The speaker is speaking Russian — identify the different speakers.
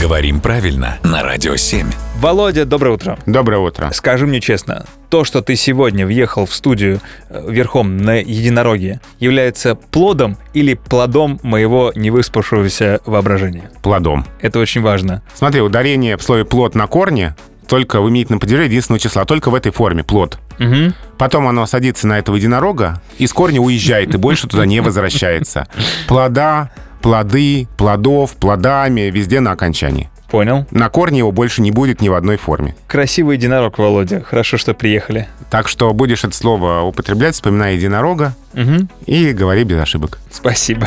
Speaker 1: Говорим правильно на Радио 7.
Speaker 2: Володя, доброе утро.
Speaker 3: Доброе утро.
Speaker 2: Скажи мне честно, то, что ты сегодня въехал в студию э, верхом на единороге, является плодом или плодом моего невыспавшегося воображения?
Speaker 3: Плодом.
Speaker 2: Это очень важно.
Speaker 3: Смотри, ударение в слове «плод» на корне только в именительном падеже единственного числа, только в этой форме «плод».
Speaker 2: Мгм.
Speaker 3: Потом оно садится на этого единорога, из корня уезжает и больше туда не возвращается. Плода, плоды, плодов, плодами, везде на окончании.
Speaker 2: Понял.
Speaker 3: На корне его больше не будет ни в одной форме.
Speaker 2: Красивый единорог, Володя. Хорошо, что приехали.
Speaker 3: Так что будешь это слово употреблять, вспоминай единорога
Speaker 2: Мгм.
Speaker 3: и говори без ошибок.
Speaker 2: Спасибо.